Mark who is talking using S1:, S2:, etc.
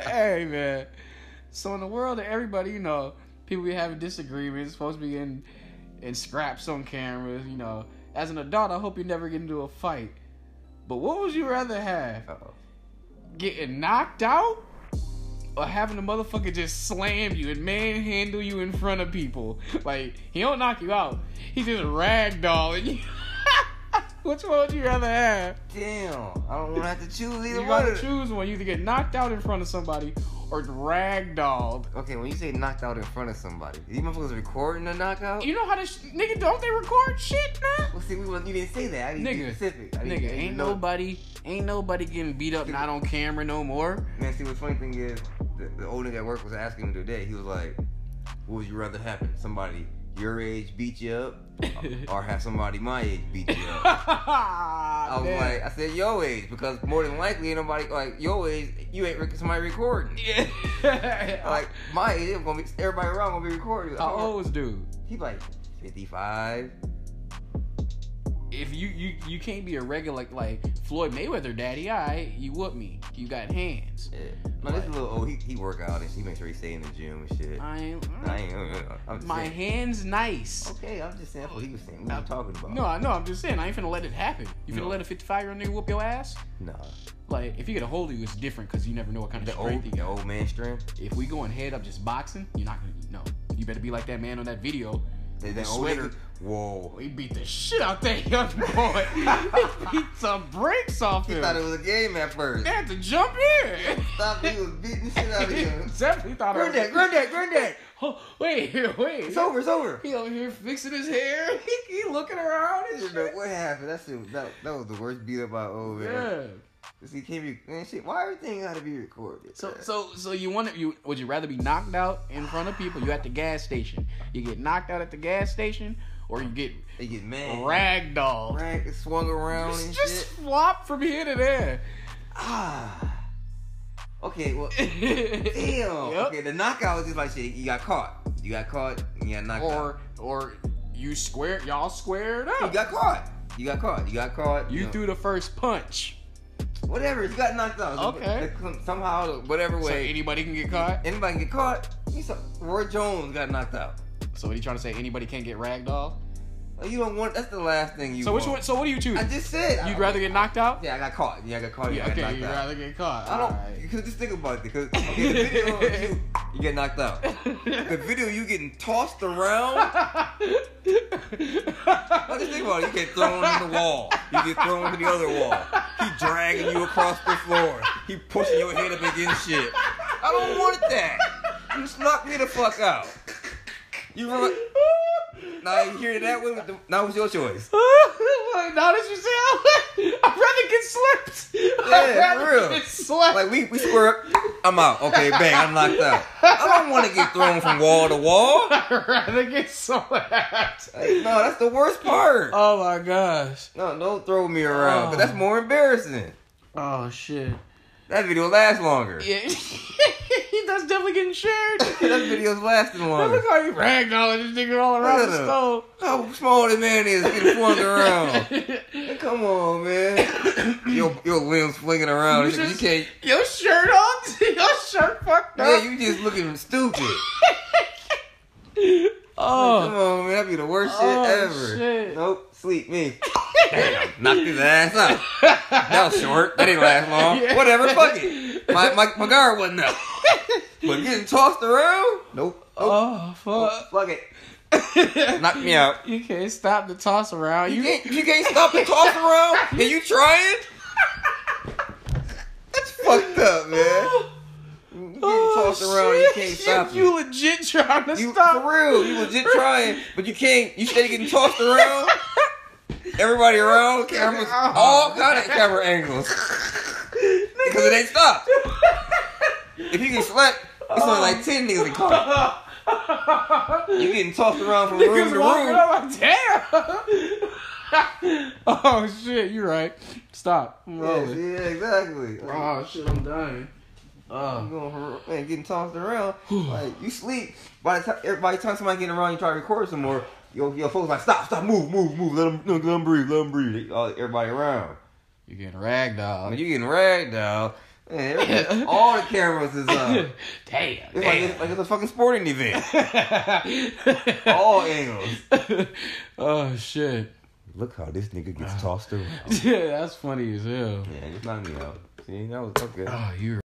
S1: hey man. So in the world of everybody, you know, people be having disagreements, supposed to be in in scraps on cameras, you know. As an adult, I hope you never get into a fight. But what would you rather have?
S2: Uh-oh.
S1: Getting knocked out? Or having a motherfucker just slam you and manhandle you in front of people. Like, he don't knock you out. He just ragdolling you. Which one would you rather have?
S2: Damn, I don't want to have to choose
S1: you
S2: either one.
S1: gotta
S2: of them.
S1: choose one. You either get knocked out in front of somebody or ragdolled.
S2: Okay, when you say knocked out in front of somebody, these motherfuckers recording the knockout?
S1: You know how this nigga don't they record shit now?
S2: Well, see, we was, you didn't say that. I need to be
S1: Nigga.
S2: specific. I need
S1: Nigga,
S2: to
S1: ain't
S2: know-
S1: nobody, ain't nobody getting beat up not on camera no more.
S2: Man, see, the funny thing is, the, the old nigga at work was asking me today. He was like, "What would you rather happen? Somebody your age beat you up, or have somebody my age beat you up?" I
S1: I
S2: was like, I said your age because more than likely ain't nobody like your age. You ain't rec- somebody recording.
S1: yeah.
S2: Like my age, it's gonna be everybody around gonna be recording.
S1: how old is dude?
S2: He like fifty five.
S1: If you you you can't be a regular like, like Floyd Mayweather, daddy, I you whoop me. You got hands.
S2: Yeah. No, this is a little old. He, he work out and he make sure he stay in the gym and shit.
S1: I ain't. mm,
S2: I ain't. I'm just
S1: my
S2: saying.
S1: hands nice.
S2: Okay, I'm just saying that's what he was saying. We were talking about.
S1: No, I know. I'm just saying. I ain't finna let it happen. You finna
S2: No.
S1: let a 55 year old nigga whoop your ass?
S2: Nah.
S1: Like, if you get a hold of you, it's different because you never know what kind of
S2: The
S1: strength
S2: old,
S1: you
S2: the
S1: got.
S2: old man strength.
S1: If we going head up just boxing, you're not gonna no. You better be like that man on that video.
S2: That, that
S1: The
S2: old
S1: sweater.
S2: nigga. Whoa.
S1: He beat the shit out that young boy. he beat some brakes off
S2: He
S1: him.
S2: thought it was a game at first.
S1: they had to jump in.
S2: Thought he was beating the shit out of him.
S1: Definitely thought it
S2: Granddad,
S1: was-
S2: granddad, granddad.
S1: Oh, wait, wait.
S2: It's over, it's over.
S1: he over here fixing his hair. He, he looking around
S2: I
S1: and
S2: didn't know
S1: shit.
S2: what happened. That shit. was- That, that was the worst beat up I old man.
S1: Yeah.
S2: See, can't be man, shit. Why everything got to be recorded?
S1: So
S2: man?
S1: so so you want to you would you rather be knocked out in front of people? You at the gas station. You get knocked out at the gas station, or you get
S2: they get mad.
S1: ragdolled.
S2: Rack is swung around
S1: Just,
S2: and
S1: just
S2: shit.
S1: flop from here to there.
S2: Ah. Okay, well, damn.
S1: Yep.
S2: Okay, the knockout was just like shit. You got caught. You got caught. and You got knocked out.
S1: Or or you square y'all squared
S2: You
S1: up.
S2: got caught. You got caught. You got caught.
S1: You
S2: know.
S1: threw the first punch.
S2: Whatever, you got knocked out.
S1: Okay.
S2: Somehow, whatever
S1: So
S2: way,
S1: anybody can get caught.
S2: anybody can get caught. You saw Roy Jones got knocked out.
S1: So what are you trying to say? Anybody can't get ragdoll.
S2: Like, you don't want. That's the last thing you.
S1: So
S2: want.
S1: which one? So what do you choose?
S2: I just said.
S1: You'd
S2: I-
S1: rather get knocked out?
S2: Yeah, I got caught. Yeah, I got caught.
S1: Yeah,
S2: Yeah, I got
S1: okay,
S2: knocked
S1: you'd
S2: out.
S1: rather get caught.
S2: I
S1: All
S2: don't.
S1: right.
S2: Because just think about it. Because okay, the video of you, you get knocked out. The video you getting tossed around. I just think about it. You get thrown in the wall. You get thrown to the other wall. He dragging you across the floor. He pushing your head up against shit. I don't want that. You just knock me the fuck out. You remember? Now you hear that way. with the- Now it's your choice.
S1: now that you say, I'd rather get slipped. I'd
S2: for
S1: rather
S2: real.
S1: get slapped.
S2: Like we we square up. I'm out. Okay, bang. I'm knocked out. I don't want to get thrown from wall to wall. Like,
S1: I'd rather get slapped.
S2: no, that's the worst part.
S1: Oh my gosh.
S2: No, don't throw me around. But that's
S1: Oh.
S2: more embarrassing.
S1: Oh shit.
S2: That video lasts longer.
S1: Yeah, that's definitely getting shared.
S2: that video's lasting
S1: Look
S2: longer.
S1: how you ragdolling this nigga all around the
S2: Look.
S1: stove.
S2: How small the man is getting flung around. Come on, man. Your your limbs flinging around.
S1: You
S2: Oh, You,
S1: just-
S2: you can't.
S1: Your shirt on, your shirt fucked
S2: Yeah,
S1: up.
S2: you just looking stupid. Come
S1: oh,
S2: on, man. That'd be the worst
S1: Oh,
S2: shit ever.
S1: shit.
S2: Nope. Sleep me. Damn. Knocked his ass out. That was short. That didn't last long.
S1: Yeah.
S2: Whatever. Fuck it. My, my, my guard wasn't up. But getting tossed around? Nope. Nope.
S1: oh, fuck.
S2: Fuck it. Knock me out.
S1: You can't stop the toss around.
S2: You
S1: You
S2: can't, you can't stop the toss around? Are you trying? That's fucked up, man. You getting tossed around, you can't stop
S1: Oh, You,
S2: it.
S1: legit trying to
S2: You
S1: stop.
S2: for real, you legit trying, but you can't. You stay getting tossed around. Everybody around, cameras, all kind of camera angles, because it ain't stopped. If you get slapped, it's only like ten niggas that caught it. You getting tossed around from room
S1: Niggas
S2: to
S1: walking
S2: room.
S1: up like, damn. oh shit, you're right. Stop. I'm
S2: Yes,
S1: rolling.
S2: yeah, exactly. Like,
S1: Oh shit, I'm dying.
S2: you
S1: Oh.
S2: going for- man, getting tossed around. like you sleep. By the time, every- by the time somebody getting around, you try to record some more. Your, your folks like stop, stop, move, move, move. Let them, let them breathe, let them breathe. All- Everybody around.
S1: You're getting ragdolled.
S2: When you getting ragged now, Man, everything- all the cameras is up.
S1: Damn.
S2: It's like, it's like it's a fucking sporting event.
S1: damn.
S2: All angles.
S1: oh shit.
S2: Look how this nigga gets tossed around.
S1: Yeah, that's funny as hell.
S2: Yeah, just knock me out. See, that was okay.
S1: Oh, you're